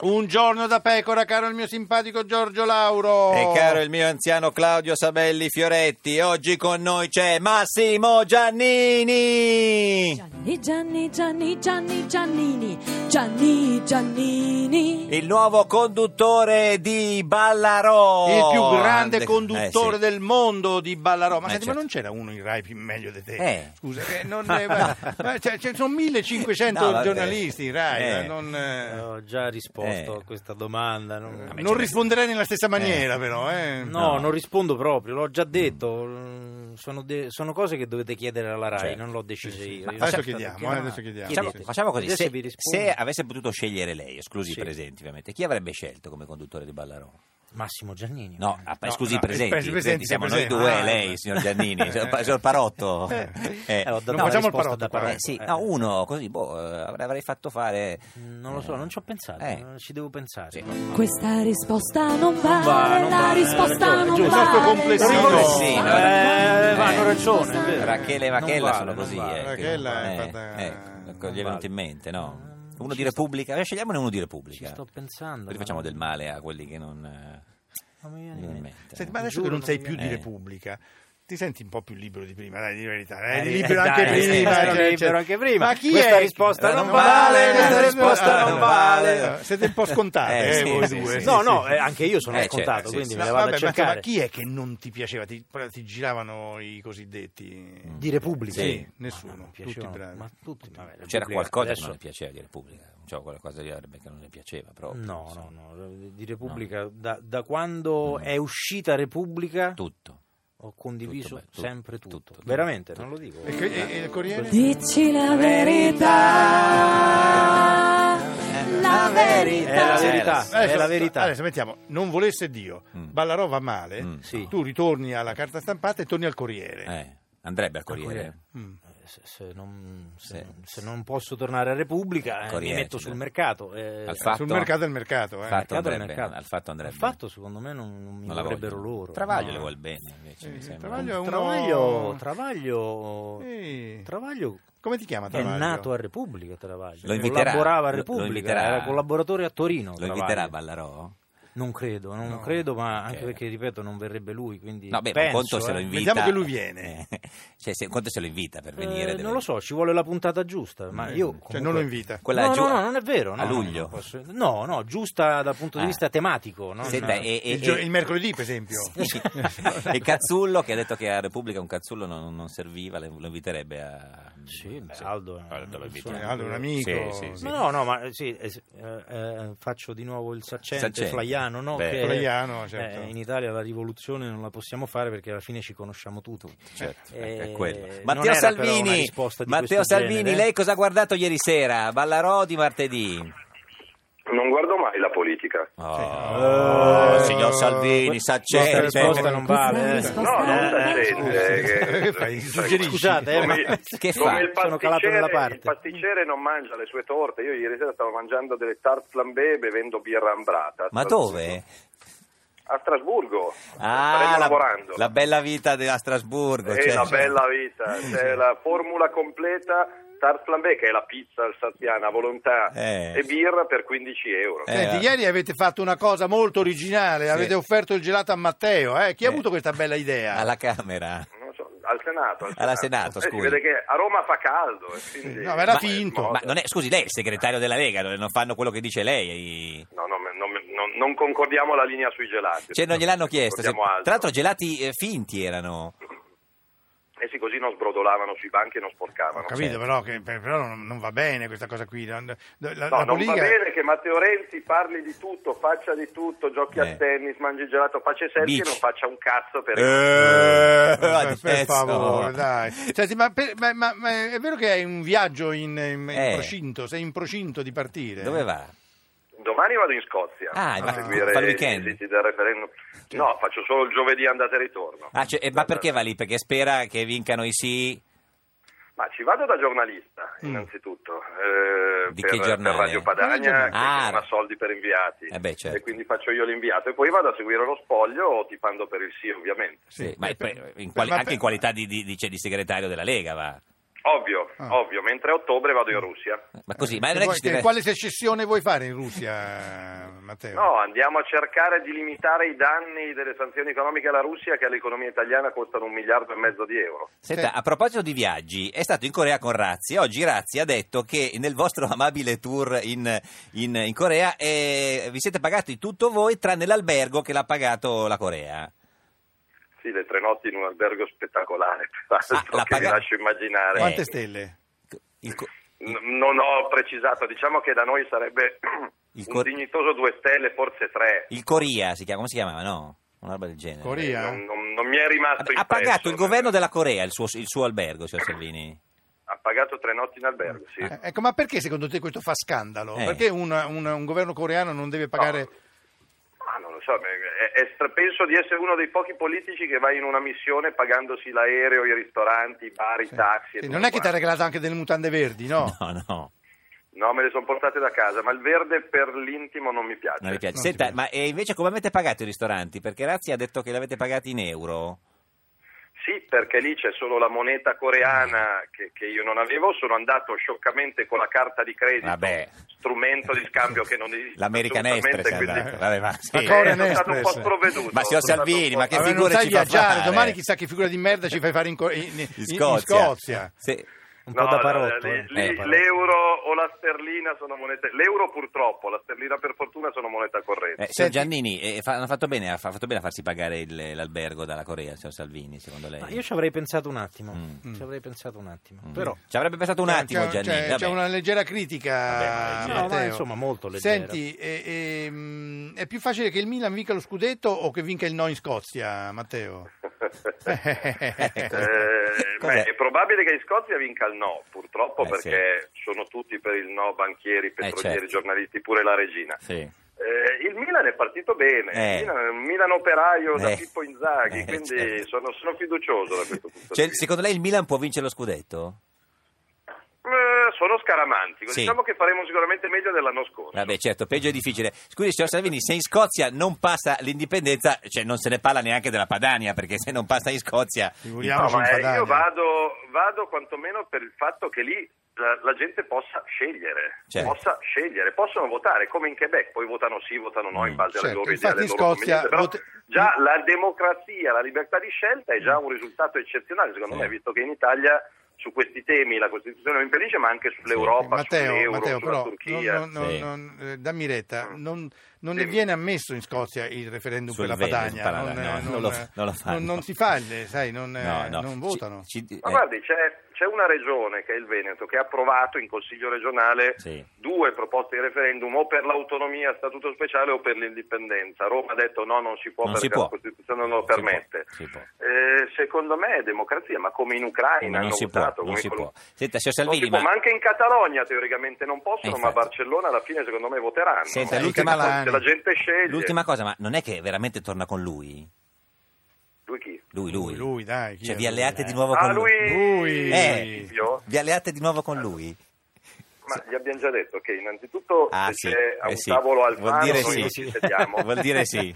Un giorno da pecora, caro il mio simpatico Giorgio Lauro. E caro il mio anziano Claudio Sabelli Fioretti, oggi con noi c'è Massimo Giannini! Gianni, Gianni, Gianni, Gianni, Giannini, Gianni, Giannini. Il nuovo conduttore di Ballarò! Il più grande Eh, conduttore sì. del mondo di Ballarò. Ma, Eh, senti, certo. ma non c'era uno in Rai più meglio di te? Eh. Scusa, che non, eh, ma- ma c'è- ci sono 1500 No, vabbè. giornalisti in Rai. ma Eh. Non, eh, Ho già risposto Eh. a questa domanda. Non, non risponderei nella stessa maniera, però. eh. No, non rispondo proprio, l'ho già detto. mm, Sono, de- sono cose che dovete chiedere alla RAI, Certo. non l'ho deciso io. Ma Io- adesso Certo, chiediamo, perché- eh, adesso chiediamo. Facciamo, Chiedete. facciamo così, Adesso se, vi rispondo. se avesse potuto scegliere lei, esclusi Sì. i presenti ovviamente, chi avrebbe scelto come conduttore di Ballarò? Massimo Giannini. eh, No, ah, No, scusi no, i presenti, i presenti, siamo i noi presenti. due, Ah. lei, signor Giannini, signor, signor Parotto. Eh. Eh. Eh, ho dato Non una facciamo il risposta parotto, da però, parotto, Eh, sì, eh. no, uno così, boh, eh, avrei avrei fatto fare... Non lo so, non ci ho pensato, Eh. non ci devo pensare. Eh, Sì. Questa risposta non vale, va, non la va, risposta ragione, non giusto. vale. Troppo complessivo. la risposta Sì, non no, vale. eh, ma hanno ragione, è vero. Rachele e Non Vachella vale, sono non così. vale. eh, che- Rachela è eh, fatta- ecco, ecco, non gli è venuto vale. in mente, no? Uno ci di sto- Repubblica, eh, scegliamone uno di Ci Repubblica. sto pensando. Poi ma- facciamo del Mm. male a quelli che non. eh, Non mi viene non in in mente. mente. Senti, ma adesso Giuro, che non non sei mi più di viene. Repubblica, ti senti un po' più libero di prima, dai, di verità. Eh, Eri eh, libero dai, anche eh, sì, prima. sì, cioè, ero cioè, libero anche prima. Ma chi Questa è? Eh, risposta non vale, questa risposta Ah, non vale. allora, Siete un po' scontati, Eh, eh, sì, voi sì, due. sì, No, no, eh, anche io sono Eh, scontato, certo, sì, quindi sì. me No, la vado vabbè, a ma insomma, cercare. chi è che non ti piaceva? Ti, ti giravano i cosiddetti... Eh, Di Repubblica? Sì, nessuno, non mi tutti piacevano, bravi. Ma tutti, vabbè, C'era Repubblica qualcosa adesso- che non le piaceva di Repubblica, cioè qualcosa di Arbe che non le piaceva proprio. No, insomma. no, no, di Repubblica, da, da quando è uscita Repubblica Tutto. ho condiviso tutto, tutto, sempre tutto. tutto, tutto, Veramente, non lo dico. E, che- e- e il Corriere? Dici la verità. La verità. È la verità, Eh, è la esatto. verità. Ah, Adesso mettiamo, non volesse Dio, Ballarò va male, Mm. Sì. tu ritorni alla carta stampata e torni al Corriere. Eh, andrebbe al Corriere. Corriere. Mm. Eh, Se, se non, se- Sì. se non posso tornare a Repubblica, eh, mi Corriere, metto sì, sul beh. mercato. eh, Al fatto. Sul mercato è il mercato. Eh. Fatto. mercato del andrebbe, mercato. al fatto andrebbe. Al fatto, secondo me, non, non mi Non la vorrebbero vogliono. loro. Travaglio No. le vuol bene invece, Sì, sì, mi sembra. Travaglio è uno... Travaglio, Travaglio, Sì. Travaglio Come ti chiama è Travaglio? nato a Repubblica Travaglio. Lo inviterà? collaborava a Lo- lo Repubblica, inviterà? era collaboratore a Torino. Lo Travaglio. inviterà a Ballarò? Non credo, non No. credo, ma Ok. anche perché ripeto, non verrebbe lui. Quindi No, beh, ma un penso, conto se lo eh. invita. Vediamo che lui viene. Eh, cioè, se, un conto se lo invita per Eh, venire. deve- non lo so, ci vuole la puntata giusta, ma Eh, io Cioè comunque- non lo invita. Quella no, giù- no, no, non è vero. no, a no, luglio. non posso- No, no, giusta dal punto di Ah. eh. vista tematico. no? Senta, No. e, e- il, gio- e- il mercoledì, per esempio. e Cazzullo che ha detto che a Repubblica un cazzullo non, non serviva, le- lo inviterebbe a. Sì, beh, Aldo è- lo invita. insomma, Aldo è un amico. Sì, sì, sì. Ma No, no, ma eh, sì, eh, s- eh, eh, faccio di nuovo il saccente, Saccente. flaiano, no? Beh. Che, eh, Flaiano, certo. in Italia la rivoluzione non la possiamo fare perché alla fine ci conosciamo tutti. Certo, Eh, ecco, è quello. non Matteo era però una Salvini, risposta di Matteo questo Salvini, genere. eh? lei cosa ha guardato ieri sera? Ballarò di martedì. Non guardo mai la politica. Oh, Eh, signor Salvini, que- saccente. questa risposta non vale. eh. Questa No, non Eh, saccente. che- Che fai? sai, Suggerisci? Scusate, eh, come- ma Che come fa? il Sono calato nella pasticcere- parte. Il pasticcere non mangia le sue torte. Io ieri sera stavo mangiando delle tarte flambé bevendo birra ambrata. A Ma Strasburgo. dove? A Strasburgo. Ah, Staremo la, lavorando. la bella vita de- a Strasburgo. È cioè. una bella vita. C'è la formula completa tarte flambé, che è la pizza alsaziana a volontà, Eh. e birra per 15 euro. Eh. Senti, ieri avete fatto una cosa molto originale, avete offerto il gelato a Matteo, eh? Chi ha avuto questa bella idea? Alla Camera. Non so, al Senato. Al Alla Senato, Eh, si scusi. vede che a Roma fa caldo. e quindi- No, ma era Ma- finto. no, Ma non è, scusi, lei è il segretario della Lega, non non fanno quello che dice lei. No, no, me- non, me- non- non concordiamo la linea sui gelati. Cioè, non gliel'hanno chiesto. se- Concordiamo altro. Tra l'altro, gelati eh, finti erano. Eh sì, così non sbrodolavano sui banchi e non Ho sporcavano. capito, certo. però, che, però non, non va bene questa cosa qui. La, la- la- No, la non politica- va bene che Matteo Renzi parli di tutto, faccia di tutto, giochi Eh. a tennis, mangi gelato, faccia i selfie e Bici. non faccia un cazzo per... Eh, a per, per difesa. favore, dai. Senti, ma, per- ma- ma- ma è vero che hai un viaggio in, in- in Eh. procinto? Sei in procinto di partire? Dove va? Domani vado in Scozia Ah, a ma- seguire fa il i weekend? esiti del referendum. No, faccio cioè, solo eh, il giovedì andata e ritorno. Ah, cioè, eh, ma perché va lì? Perché spera che vincano i sì? Ma ci vado da giornalista, innanzitutto, eh, Mm. Di per, che giornale? per Radio Quale Padania, giornale? che non Ah. ha soldi per inviati, Eh beh, certo. e quindi faccio io l'inviato, e poi vado a seguire lo spoglio tipando per il sì, ovviamente. Sì, Eh, ma è per- in quali- ma Eh, per- anche in qualità di, di- di- cioè, di segretario della Lega va. Ovvio, Ah. ovvio, mentre a ottobre vado in Russia. Ma così, ma non è Eh, Vuoi- che ci deve... Quale secessione vuoi fare in Russia, Matteo? eh, No, andiamo a cercare di limitare i danni delle sanzioni economiche alla Russia che all'economia italiana costano un miliardo e mezzo di euro. Senta, Sì. a proposito di viaggi, è stato in Corea con Razzi. Oggi Razzi ha detto che nel vostro amabile tour in, in- in Corea eh, vi siete pagati tutto voi tranne l'albergo che l'ha pagato la Corea. Sì, le tre notti in un albergo spettacolare, peraltro, Ah, la che vi paga- lascio immaginare. Quante Eh. stelle? Il co- N- non ho precisato, diciamo che da noi sarebbe Il un cor- dignitoso due stelle, forse tre. il Corea si chiama, come si chiamava? No, una roba del genere. Corea? Non, non- non mi è rimasto Ha- Ha impresso. pagato il governo della Corea il suo, il suo albergo, signor Salvini? Ha pagato tre notti in albergo, sì. Eh, Ecco, ma perché secondo te questo fa scandalo? Eh. Perché un, un- un governo coreano non deve pagare... Ma non lo so, beh, è- è stra- penso di essere uno dei pochi politici che va in una missione pagandosi l'aereo, i ristoranti, i bar, i taxi. e Sì, tutto non è che ti ha quanto. regalato anche delle mutande verdi, no? No, no, No, me le sono portate da casa, ma il verde per l'intimo non mi piace. non mi piace. Non ti Senta, piace. ma eh, invece come avete pagato i ristoranti? Perché Razzi ha detto che li avete pagati in euro. Sì, perché lì c'è solo la moneta coreana che, che io non avevo, sono andato scioccamente con la carta di credito, Vabbè. strumento di scambio che non esiste. L'American assolutamente, Express è quindi- andato. Vabbè, ma sì. La Eh, Corean sono stato un po' Express. sprovveduto. Ma signor sono stato un Salvini, po' ma che Vabbè, figure non sai ci fa viaggiare, fare? domani chissà che figura di merda ci fai fare in, Co- in- in- in In Scozia. Scozia. Sì. Un po' No, da la- parotto. la- eh. lì- Eh, parotto. l'euro o la sterlina sono monete. L'euro purtroppo, la sterlina per fortuna sono moneta corrente. Eh, signor Giannini, eh, fa- hanno fatto bene, ha fa- fatto bene a farsi pagare il- l'albergo dalla Corea, signor Salvini, secondo lei? Ma io ci avrei pensato un attimo. Mm. Ci avrei pensato un attimo. Mm. Però Ci avrebbe pensato un attimo, Eh, c'è, Giannini. c'è- vabbè. c'è una leggera critica, Vabbè, ma leggera. No, ma Matteo. insomma, molto leggera. Senti, e- e, mm, è più facile che il Milan vinca lo scudetto o che vinca il no in Scozia, Matteo? Ecco, Eh, Eh. Cos'è? beh, è probabile che in Scozia vinca il no, purtroppo Eh, perché sono tutti per il no, banchieri, certo. petrolieri, giornalisti, pure la regina. Sì. Eh, il Milan è partito bene, Eh. il Milan è un Milan operaio da Eh. Pippo Inzaghi, Eh, quindi certo. sono, sono fiducioso da questo punto Cioè, di vista. secondo lei il Milan può vincere lo scudetto? Eh, sono scaramantico, Sì. diciamo che faremo sicuramente meglio dell'anno scorso. Vabbè, certo, peggio è difficile. Scusi, signor Salvini, se in Scozia non passa l'indipendenza, cioè non se ne parla neanche della Padania, perché se non passa in Scozia... Figuriamoci No, ma, in eh, Padania. io vado, vado quantomeno per il fatto che lì la, la gente possa scegliere, Certo. possa scegliere, possono votare come in Quebec, poi votano sì, votano no Mm, in base alle certo. loro idee, Infatti alle in loro Scozia convenienze, però vote- già la democrazia, la libertà di scelta è Mm. già un risultato eccezionale secondo Sì. me, visto che in Italia su questi temi la Costituzione lo impedisce, ma anche Eh, sull'Europa, Matteo, sull'euro, Matteo sulla però Turchia. Mm. non- non- Sì. non- non- eh, dammi retta, non, non ne Sì. viene ammesso in Scozia il referendum Sul per la vero, Padania, sul Padania, eh, no, non lo- eh, non lo fanno. non- non si fa, il- sai, non, eh, No, no. non Ci- votano. ci- eh, Ma guardi, c'è, c'è una regione che è il Veneto che ha approvato in consiglio regionale Sì. due proposte di referendum o per l'autonomia a statuto speciale o per l'indipendenza. Roma ha detto no, non si può Non perché si può. la Costituzione non lo Si può, permette. si può. Eh, secondo me è democrazia, ma come in Ucraina Ma non hanno si può, votato, non come si in Col- può. Senta, signor Non si Salvini, può, ma... ma anche in Catalogna teoricamente non Eh, possono, ma a infatti. Barcellona alla fine secondo me voteranno. Senta, Eh, l'ultima- se la gente sceglie, L'ultima cosa, ma non è che veramente torna con lui? lui chi? Lui, lui. Lui, dai, chi Cioè, è vi lui? alleate Eh. di nuovo Ah, con lui. lui, Lui. Eh. Io? Vi alleate di nuovo con lui? Ma gli abbiamo già detto che innanzitutto Ah, se sì. c'è a eh un sì. tavolo al Vuol mano dire noi sì. non ci sediamo. Vuol dire sì.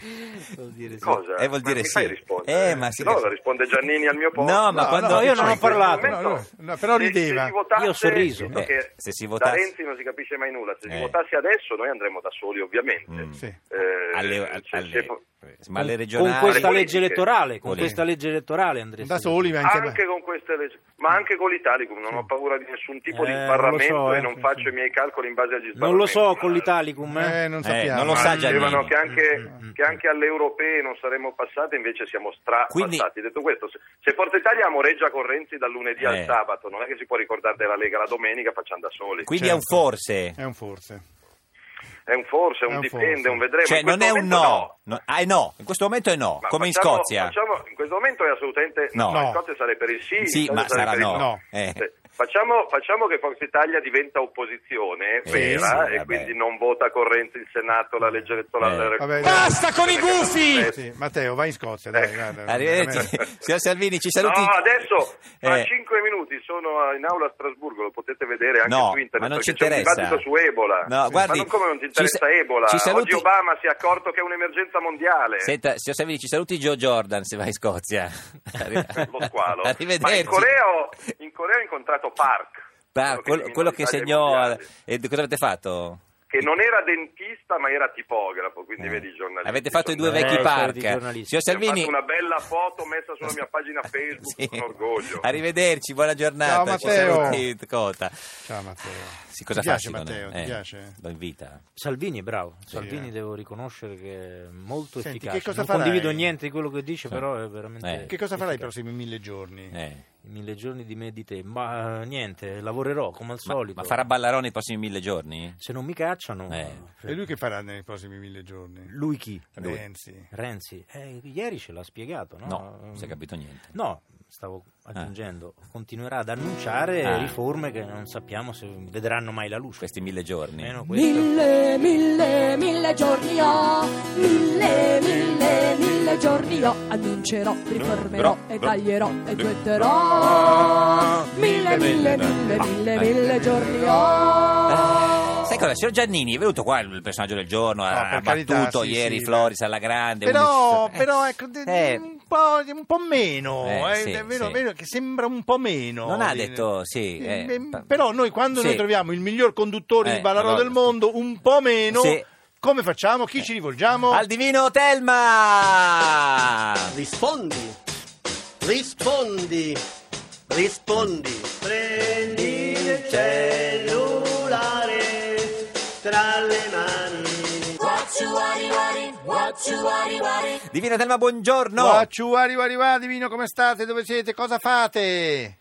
vuol dire sì. Cosa? Eh, vuol Ma dire mi sì. fai rispondere? Eh, ma sì No, che- risponde Giannini al mio posto. No, ma No, quando no, io non ho in quel parlato. No, momento- no, no, però se- rideva. se si votasse- Io ho sorriso. visto Eh, che se si da votasse- Renzi non si capisce mai nulla. Se si Eh. votasse adesso noi andremo da soli, ovviamente. Mm. Sì. Eh, alle, al- se- alle- se po- ma alle Con regionali questa Alle legge politiche. elettorale, con Volete. questa legge elettorale andresti Da soli, ma anche, anche con queste leggi, ma anche con l'Italicum non ho paura di nessun tipo di Eh, non lo sbarramento so, eh, e non sì, faccio sì. i miei calcoli in base agli sbarramenti. Non lo so ma- con l'Italicum, eh. Eh, non Eh, sappiamo. Eh, non lo sa Ah, Giannini. dicevano che Mm, anche, che anche alle europee non saremmo passati, invece siamo strapassati. Quindi- Detto questo, se, se Forza Italia amoreggia con Renzi dal lunedì Eh. al sabato, non è che si può ricordare della Lega la domenica, facciamo da soli. quindi è un Certo. forse È un forse. È un forse, un, È un dipende, forse. un vedremo. cioè In questo non è un momento no, No, ah è no in questo momento è no Ma come facciamo- in Scozia facciamo- in questo momento è assolutamente No. In Scozia sarebbe per il sì. in sì Italia ma sarà sarebbe per no, il no. Eh. Eh, Facciamo, facciamo che Forza Italia diventa opposizione Eh, vera sì, e vabbè. quindi non vota corrente il Senato, la legge elettorale. Eh, vabbè, Basta con i gufi! Eh. Sì, Matteo, vai in Scozia, dai. guarda, Arrivederci. Signor Salvini, ci saluti. No, adesso tra Eh, cinque minuti sono in aula a Strasburgo, lo potete vedere anche no, su ma internet. non ci perché interessa. C'è un dibattito su Ebola. No, guardi, ma non come non ti ci sa- interessa Ebola? ci saluti- Oggi Obama si è accorto che è un'emergenza mondiale. Senta, signor Salvini, ci saluti Joe Jordan se vai in Scozia. Arri- Lo squalo. Arrivederci. Ma in Corea, ho, in Corea ho incontrato Park. Pa- quello, quello che segnò... segnò E cosa avete fatto? Che non era dentista ma era tipografo, quindi Eh. vedi giornalista. Avete fatto i due Eh, vecchi storia park. di giornalisti. Signor Salvini... Ho fatto una bella foto messa sulla mia pagina Facebook Sì. con orgoglio. Arrivederci, buona giornata. Ciao, Ci Matteo. saluti, Cota. Ciao Matteo. Sì, cosa Ti piace, facile, Matteo, ti piace? Lo invita. Salvini è bravo, Salvini eh. devo riconoscere che è molto Senti, efficace. che cosa non farai? condivido niente di quello che dice, però è veramente Eh. Che cosa farai i efficace. prossimi mille giorni? Eh. I mille giorni di me e di te? Ma eh, niente, lavorerò come al Ma, solito. ma farà Ballarone i prossimi mille giorni? Se non mi cacciano... cioè, Eh. E lui Eh. che farà nei prossimi mille giorni? Lui chi? Renzi. Renzi. Eh, ieri ce l'ha spiegato, no? No, mm. non si è capito niente. No, stavo aggiungendo, continuerà ad annunciare Ah. riforme che non sappiamo se vedranno mai la luce. Questi mille giorni. Almeno questo. Mille, mille, mille giorni ho, mille, mille, mille giorni ho, annuncerò, riformerò e taglierò e getterò. Mille, mille, mille, mille, mille giorni ho. Sai cosa, signor Giannini è venuto qua il personaggio del giorno, ha per carità, battuto sì, ieri sì, Floris alla grande. Però, uno- eh, però, ecco, de- eh, un, po', un po' meno, Eh, eh, sì, è vero, sì. vero che sembra un po' meno. Eh, Non ha Di- detto, sì, Eh, eh, eh, però noi quando sì. noi troviamo il miglior conduttore Eh, di Ballarò allora- del mondo, un po' meno, Sì. Eh. come facciamo? Chi ci rivolgiamo? Al divino Telma! Rispondi. Rispondi. Rispondi. Prendi il cellulare tra le mani. Divina Telma, buongiorno! Guacciuari, guari, guari, divino, come state? Dove siete? Cosa fate?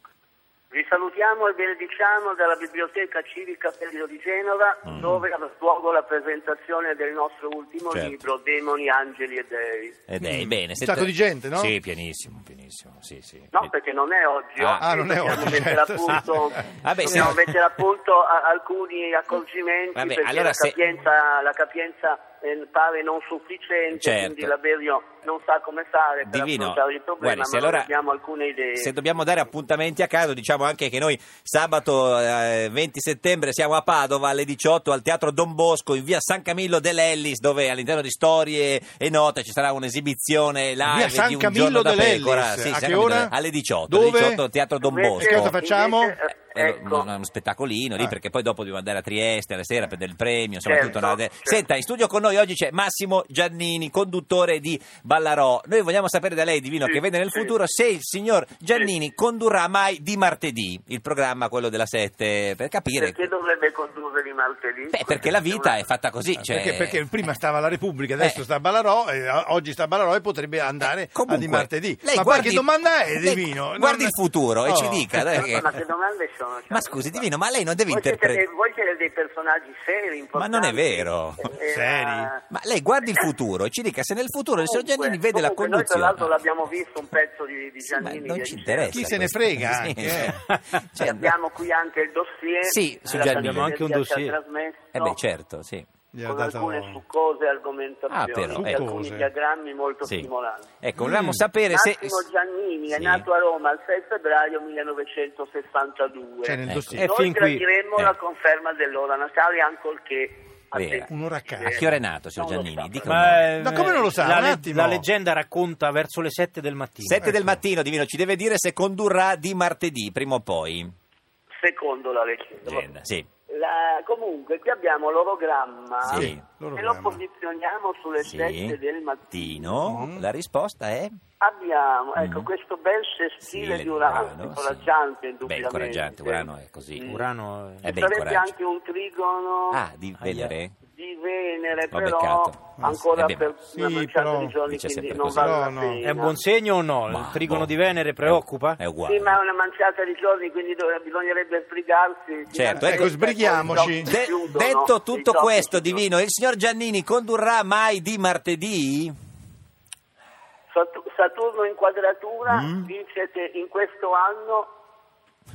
Vi salutiamo e benediciamo dalla Biblioteca Civica Pelio di Genova, Mhm. dove ha luogo la presentazione del nostro ultimo Certo. libro, Demoni, Angeli e Dei. Ed è Eh, bene. Un sacco di gente, no? Sì, pianissimo, pianissimo, sì, sì. No, perché non è oggi. Ah, oggi ah, non è dobbiamo oggi, mettere certo, a sì. punto- Vabbè, dobbiamo sì. mettere a punto a- alcuni accorgimenti Vabbè, perché allora la se- capienza, la capienza, eh, pare non sufficiente, Certo. quindi l'Aberio non sa come fare per Eh, Divino, affrontare il problema, guardi, se ma noi allora- abbiamo alcune idee. Se dobbiamo dare appuntamenti a caso, diciamo anche che noi sabato eh, 20 settembre siamo a Padova alle 18 al Teatro Don Bosco in via San Camillo dell'Ellis, dove all'interno di Storie e Note ci sarà un'esibizione live Via San di un Camillo giorno da dell'Ellis. pecora. Sì, A San che Camillo ora? dell'Ellis. Alle 18, Dove? alle 18 al Teatro Don Invece- Che cosa Bosco. facciamo? invece, eh, Eh, ecco. un- uno spettacolino lì Ah. perché poi dopo dobbiamo andare a Trieste alla sera per del premio insomma Certo, tutta una... certo. senta in studio con noi oggi c'è Massimo Giannini conduttore di Ballarò noi vogliamo sapere da lei Divino Sì, che vede nel sì. futuro se il signor Giannini condurrà mai di martedì il programma quello della 7 per capire Perché dovrebbe condurre di martedì? ecco. Beh, perché la vita è fatta così cioè... Eh, Eh. Perché, perché prima stava la Repubblica, adesso sta a Ballarò, e o- oggi sta a Ballarò e potrebbe andare a di Comunque, martedì. lei Ma guardi- qualche domanda è lei divino. guardi Non- il futuro e Oh. ci dica dai, che- Ma che domande sono? cioè? ma scusi Divino ma lei non deve Voi siete, interpretare dei, voi siete dei personaggi seri, Ma importanti. Eh, non è vero. Seri? Ma lei guardi il futuro e ci dica se nel futuro il signor Giannini vede la comunque Noi tra conduzione. l'altro l'abbiamo visto un pezzo di, di Sì, ma Giannini. non ieri ci sera. interessa. Chi se ne questo. frega Sì, anche, sì. eh. Cioè, Abbiamo qui anche il dossier. Sì, su la Giannini. Abbiamo anche un Sardegna dossier. Ci ha trasmesso Eh beh, certo, sì. Gli ho con dato- alcune succose Ah, però, argomentazioni, e ecco. alcuni diagrammi molto Sì. stimolanti. Ecco, volevamo Mm. sapere se... Massimo Giannini è Sì. nato a Roma il 6 febbraio 1962. Cioè, nel Ecco. dossier. E Noi fin qui- gradiremmo eh. la conferma dell'ora natale, ancorché a Vera. tempi Un'ora a diversi. caso. A che ora è nato, signor Non lo Giannini? so. Dica un nome. Ma, eh, Ma come non lo sa? La, Un attimo. la leggenda racconta verso le 7 del mattino. 7 del mattino, Divino, ci deve dire se condurrà di martedì, prima o poi. Secondo la leggenda. Agenda, sì. La- comunque, qui abbiamo l'orogramma. Sì. Se lo posizioniamo sulle Sì. 7 del mattino, Mattino. Mm. La risposta è... abbiamo ecco, Mm. questo bel sestile Sì, di Urano, Urano, incoraggiante sì. Beh, indubbiamente. incoraggiante, Urano è così. Mm. Urano Eh è... beh, Sarebbe incoraggia. anche un trigono Ah, di eh. Venere? di Venere, L'ho però beccato. ancora Eh beh, per sì, una manciata però di giorni, dice quindi sempre non così. vale la No, no. pena. È un buon segno o no? Ma, il trigono boh. di Venere preoccupa? È uguale. Sì, ma Eh, è una manciata di giorni, quindi dov- bisognerebbe sbrigarsi. Certo, ecco, sbrighiamoci. De- detto tutto questo, Divino, il signor Giannini condurrà mai di martedì? Mm. Saturno in quadratura dice che in questo anno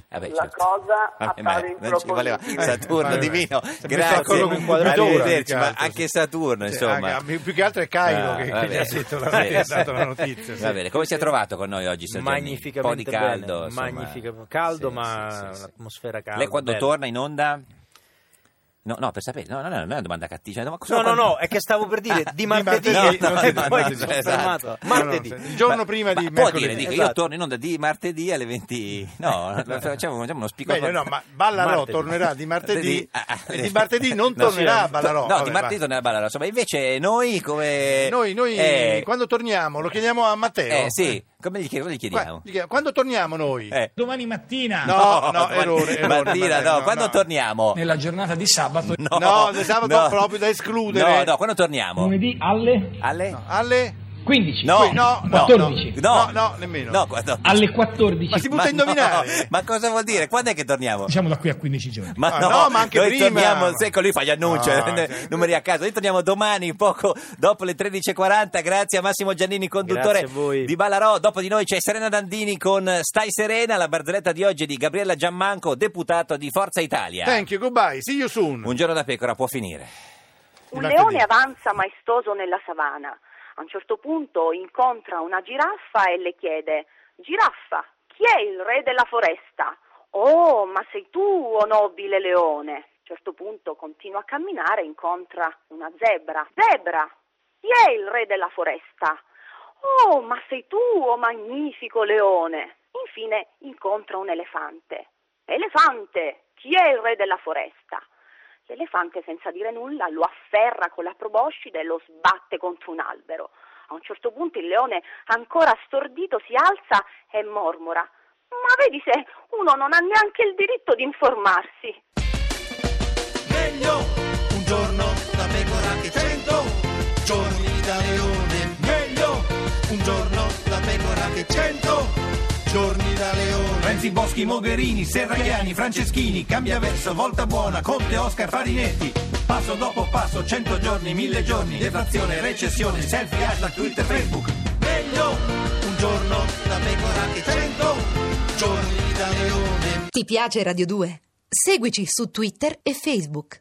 Vabbè, la certo. cosa Vabbè, ma appare non ci voleva improponibile. Saturno Eh, divino, vabbè. grazie, Quello con quadratura, arrivederci, più che ma altro, anche sì. Saturno, Sì, insomma. Cioè, anche- più che altro è Cairo Ah, che, va che gli ha bene. detto la, Sì, gli ha sì. dato la notizia. sì. Va bene, come si è trovato con noi oggi? Sergianni? Magnificamente un po' di caldo, bene, insomma. magnifica- caldo, Sì, ma sì, sì, sì. un'atmosfera calda. Lei quando bella. torna in onda? No, no, per sapere, no, no, no, non è una domanda cattiva. No, No, no, no, è che stavo per dire di martedì, martedì, e no, no, no, poi no, mi sono esatto. fermato. No, no, Martedì. sì. Il giorno prima di può dire, mercoledì. dico, io Esatto. torno in onda di martedì alle 20. No, facciamo, facciamo uno spicco. Meglio, no, ma Ballarò Martedì. tornerà di martedì Ah, ah, e di martedì non no, tornerà sì, Ballarò. No, Vabbè, di martedì va. tornerà Ballarò. Insomma, invece noi come... Noi, noi eh, quando torniamo lo chiediamo a Matteo. eh, sì, come gli chied- cosa gli chiediamo? Qua- gli chiediamo, Quando torniamo noi? Eh. Domani mattina, No, no, Mart- errore, errore, Martina, Matteo, no, no, quando no. torniamo? nella giornata di sabato, No, del sabato proprio da escludere. No, no, quando torniamo? lunedì alle Alle? Alle? No, Qui- no, no, 14. No, no, nemmeno. No, quando... alle 14. Ma si butta a no, indovinare. ma cosa vuol dire? Quando è che torniamo? Diciamo da qui a 15 giorni. Ma Ah, no, no, ma anche noi prima. torniamo, se ecco, lui fa gli annunci, Ah, eh, sì. numeri a caso. Noi torniamo domani, poco dopo le 13.40. Grazie a Massimo Giannini, Grazie conduttore a voi. di Ballarò. Dopo di noi c'è Serena Dandini con Stai Serena, la barzelletta di oggi è di Gabriella Giammanco, deputato di Forza Italia. Thank you, goodbye, see you soon. Un giorno da pecora può finire. Un Un martedì. leone avanza maestoso nella savana. A un certo punto incontra una giraffa e le chiede: Giraffa, chi è il re della foresta? Oh, ma sei tu, o nobile leone. A un certo punto continua a camminare e incontra una zebra. Zebra, chi è il re della foresta? Oh, ma sei tu, o magnifico leone. Infine incontra un elefante. Elefante, chi è il re della foresta? L'elefante, senza dire nulla, lo afferra con la proboscide e lo sbatte contro un albero. A un certo punto il leone, ancora stordito, si alza e mormora: Ma vedi se uno non ha neanche il diritto di informarsi. Meglio un giorno da pecora che cento giorni da leone. Meglio un giorno da pecora che cento giorni da leone. Renzi, Boschi, Mogherini, Serraiani, Franceschini, cambia verso, volta buona, Conte, Oscar, Farinetti. Passo dopo passo, cento giorni, mille giorni, deflazione, recessione, selfie, hashtag, Twitter, Facebook. Meglio un giorno da pecora che cento giorni da leone. Ti piace Radio 2? Seguici su Twitter e Facebook.